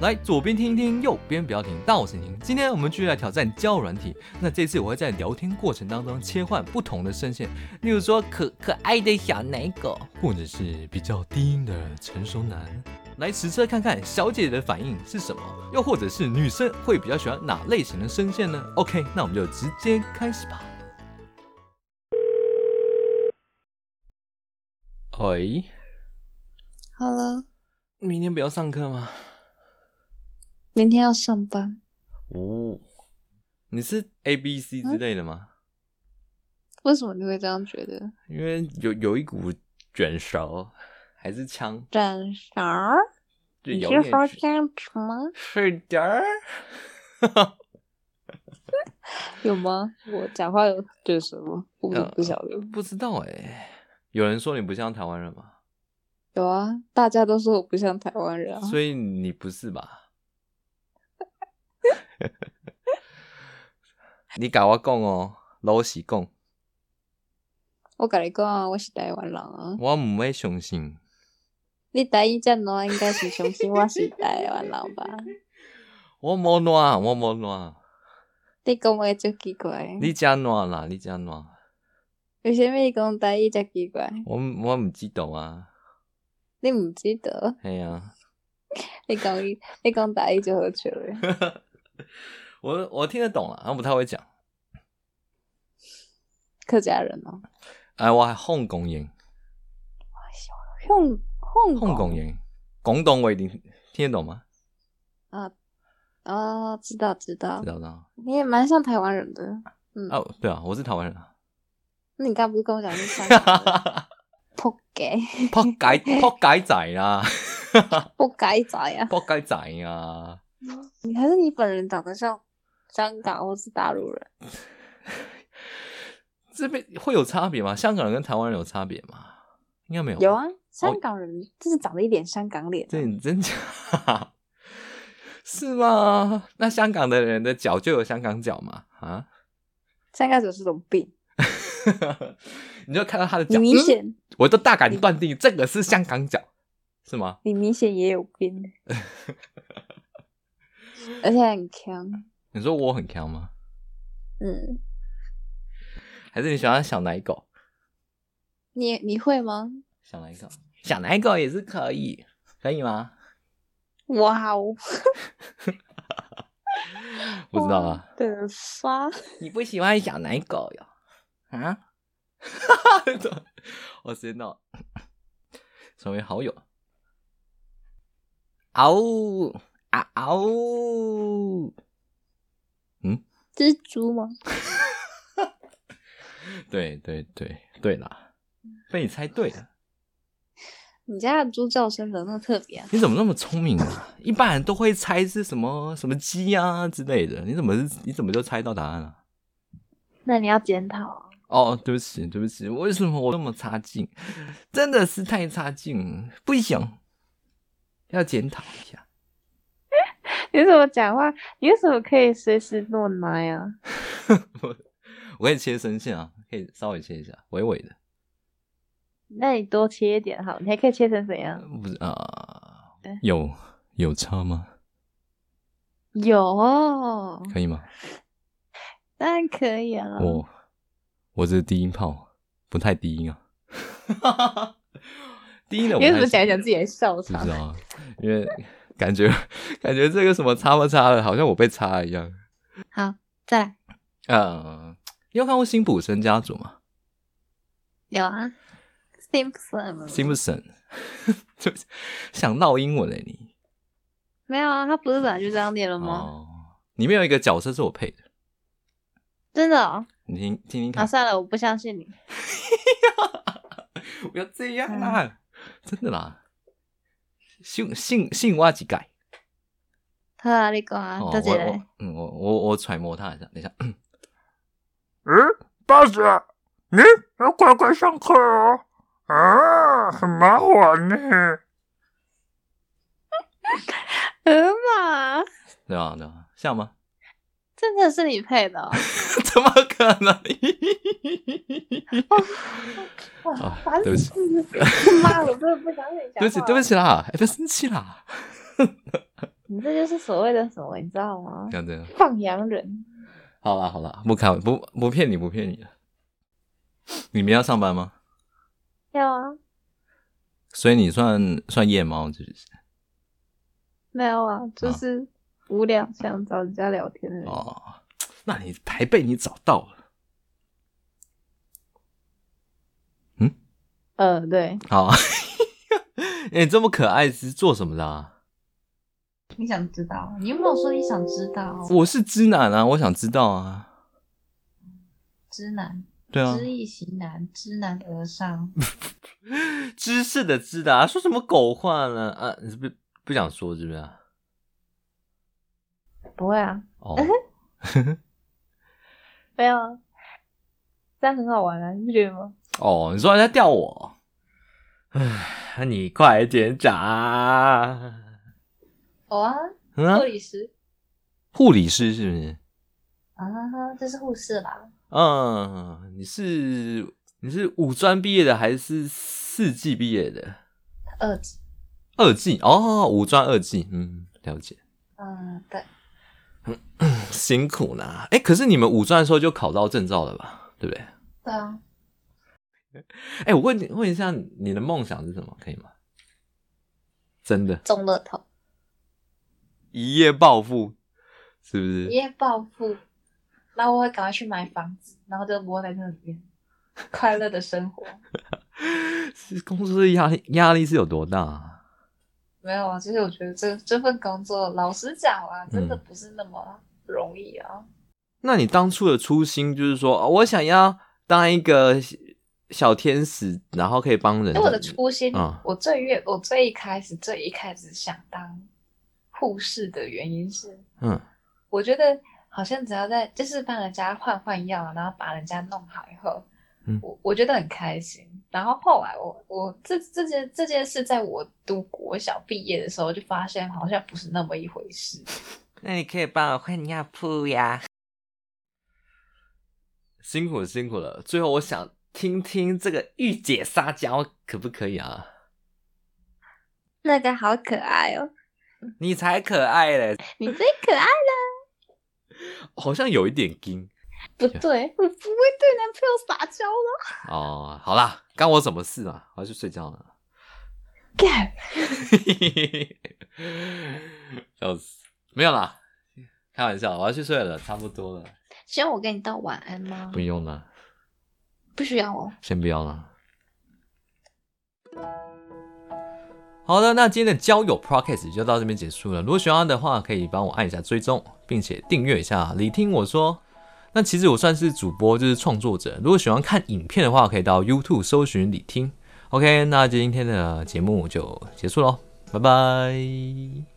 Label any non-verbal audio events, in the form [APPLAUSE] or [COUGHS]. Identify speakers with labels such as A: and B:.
A: 来，左边听一听，右边不要停，大我神听。今天我们继续来挑战交友软体。那这次我会在聊天过程当中切换不同的声线，例如说可可爱的小奶狗，或者是比较低音的成熟男，来实测看看小姐姐的反应是什么，又或者是女生会比较喜欢哪类型的声线呢？OK，那我们就直接开始吧。喂，
B: Hello，
A: 明天不要上课吗？
B: 明天要上班，
A: 哦，你是 A B C 之类的吗？
B: 为什么你会这样觉得？
A: 因为有有一股卷舌，还是腔，
B: 干啥儿？
A: 就
B: 你
A: 有
B: 是
A: 点
B: 说
A: 卷
B: 这样子吗？
A: 是的儿。
B: 有吗？我讲话有这什么？我不
A: 嗯
B: 不晓得。
A: 不知道哎、有人说你不像台湾人吗？
B: 有啊，大家都说我不像台湾人啊。
A: 所以你不是吧？ [LAUGHS] 你甲我讲哦，老实讲，
B: 我跟你讲啊，我是台湾人啊。
A: 我唔会相信。
B: 你台语这么烂，应该是相信我是台湾人吧？
A: 我冇烂，我冇烂，
B: 你讲话足奇怪，
A: 你真烂啦，你真烂。
B: 为什么你讲台语这奇怪？
A: 我我唔知道啊，
B: 你唔记得？
A: 系啊。
B: 你讲你讲台语就好笑了。
A: 我我听得懂了，然后不太会讲。
B: 客家人
A: [LAUGHS]
B: 哦，
A: 哎，我系香港人，
B: 香香
A: 香港人，广东我一定听得懂吗？
B: 啊啊，知道知道
A: 知，道知道。
B: 你也蛮像台湾人的。
A: 哦，对啊，我是台湾人 [LAUGHS] 啊。
B: 那你刚不是跟我讲你是香港
A: [LAUGHS]
B: 人扑街
A: 扑街扑街仔 [LAUGHS] 啦，
B: 扑街仔啊！
A: 扑街仔啊！
B: 你还是你本人长得像香港或是大
A: [LAUGHS]
B: 陆人？
A: 这边会有差别吗？香港人跟台湾人有差别吗？应该没有。
B: 有啊，香港人就是长了一脸香港脸啊、
A: 这你真假？ [LAUGHS] 是吗？那香港的人的脚就有香港脚嘛？啊？ [LAUGHS]
B: 香港人是种病，
A: 你就看到他的
B: 你
A: 脚，
B: 明
A: 嗯
B: 显 [LAUGHS]
A: 我都大敢断定这个是香港脚，是吗？
B: 你明显也有
A: [LAUGHS]
B: 病，而且很强。
A: 你说我很强吗？
B: 嗯，
A: 还是你喜欢小奶狗？
B: 你你会吗？
A: 小奶狗，小奶狗也是可以，可以吗？
B: 哇哦，
A: 不知道啊，
B: 的发，
A: 你不喜欢小奶狗哟？啊？ [LAUGHS] 我哦知道，成为好友。嗷呜啊嗷呜！
B: 这是猪吗？
A: 对对对对啦，被你猜对了。
B: 你家的猪叫声怎么那么特别啊？
A: 你怎么那么聪明啊？一般人都会猜是什么什么鸡啊之类的，你怎么是你怎么就猜到答案了、啊
B: 那你要检讨啊。
A: 哦，对不起，对不起，为什么我那么差劲？真的是太差劲了，不行，要检讨一下。 [LAUGHS]
B: [LAUGHS] 你怎么讲话？你为什么可以随时乱来啊？
A: 我可以切声线啊，可以稍微切一下，微微的，
B: 那你多切一点好，你还可以切成怎样？
A: 不是啊、
B: 对
A: 有有差吗？
B: 有，哦
A: 可以吗？
B: 当然可以啊。
A: 我我这低音炮不太低音
B: [LAUGHS]
A: 啊，低音的我
B: 你为什
A: 太
B: 么
A: 喜
B: 讲一讲自己的笑
A: 不
B: 场
A: 知？道啊，因为感觉感觉这个什么擦不擦的，好像我被擦了一样。
B: 好，再来。
A: 呃，你有看过《辛普森家族》吗？
B: 有啊，Simpson。
A: Simpson，就 [LAUGHS] 想闹英文哎、你
B: 没有啊，他不是本来就这样念了吗？
A: 哦，里面有一个角色是我配的，
B: 真的哦。
A: 你听听听
B: 啊，
A: 看，
B: 算了，我不相信你。
A: [LAUGHS] 不要这样啦，
B: 嗯
A: 真的啦，信信信挖几改
B: 好啊，你讲啊
A: 哦，，
B: 大
A: 我
B: 姐
A: 我
B: 来。
A: 嗯我我我揣摩他一下，等
C: [COUGHS]
A: 一下，
C: 嗯，大姐，你要乖乖上课哦。啊，很麻烦呢。
B: 河马，
A: 对吧对吧，像吗？ [LAUGHS]
B: 真的是你配的哦？
A: 怎么可能？啊
B: 烦
A: 对不
B: [LAUGHS]
A: 起
B: 死 [LAUGHS] 了，妈，我真的不相信你讲
A: 对不起对不
B: 起，
A: 起啦，哎、不要生气啦，
B: 你这就是所谓的什么，你知道吗？
A: 这样子。
B: 放羊人，
A: 好啦好啦，不开玩不不骗你不骗你了。你明天要上班吗？
B: 要啊，
A: 所以你算算夜猫子是不是？
B: 没有啊，就
A: 啊
B: 是无聊想找人家聊天的人。
A: 哦，那你还被你找到了。
B: 呃，对，
A: [LAUGHS] 好，你、哦哎这么可爱是做什么的、啊？
B: 你想知道？你有没有说你想知道？
A: 我是知男啊，我想知道啊。
B: 知男，
A: 对啊，
B: 易行难，知难而上。
A: 知识的知的、啊，说什么狗话呢？啊，你是不不想说是不是、啊？
B: 不会啊，
A: 哦，
B: [LAUGHS] 没有啊，这样很好玩啊，你不觉得吗？
A: 哦，你说人家钓我，唉，那你快点长。
B: 哦啊，
A: 嗯啊、
B: 理师
A: 护理师是不是？
B: 啊，这是护士吧？
A: 嗯，你是你是五专毕业的还是四技毕业的？
B: 二
A: 二技哦，五专二技，嗯，了解， [LAUGHS]
B: 嗯，对，
A: 辛苦啦。哎，可是你们五专的时候就考到证照了吧？对不对？
B: 对啊，
A: 哎，我问你问一下，你的梦想是什么？可以吗？真的，
B: 中乐透，
A: 一夜暴富，是不
B: 一
A: 是？
B: 夜暴富，然后我会赶快去买房子，然后就窝在那里面， [LAUGHS] 快乐的生活。
A: 是工作的压力压力是有多大、啊？
B: 没有啊，其实我觉得这这份工作，老实讲啊，真的不是那么容易啊。
A: 那你当初的初心就是说，哦、我想要当一个小天使，然后可以帮人。
B: 因为我的初心，
A: 嗯
B: 我最越我最一开始最一开始想当护士的原因是，
A: 嗯
B: 我觉得好像只要在就是帮人家换换药，然后把人家弄好以后，
A: 嗯
B: 我我觉得很开心。然后后来我我这这件这件事，在我读国小毕业的时候，就发现好像不是那么一回事。
A: 那你可以帮我换尿布呀。辛苦了，辛苦了。最后，我想听听这个御姐撒娇可不可以啊？
B: 那个好可爱哦，
A: 你才可爱嘞，
B: 你最可爱了。
A: 好像有一点惊
B: 不对，我不会对男朋友撒娇了。
A: 哦。好啦，干我什么事啊？我要去睡觉了。
B: 干，
A: [LAUGHS] 笑死，没有啦，开玩笑，我要去睡了，差不多了，
B: 需要我跟你道晚安吗？
A: 不用了，
B: 不需要哦。
A: 先不要了。好的，那今天的交友 podcast 就到这边结束了。如果喜欢的话，可以帮我按一下追踪，并且订阅一下。你听我说，那其实我算是主播，就是创作者。如果喜欢看影片的话，可以到 YouTube 搜寻李听。OK，那今天的节目就结束喽，拜拜。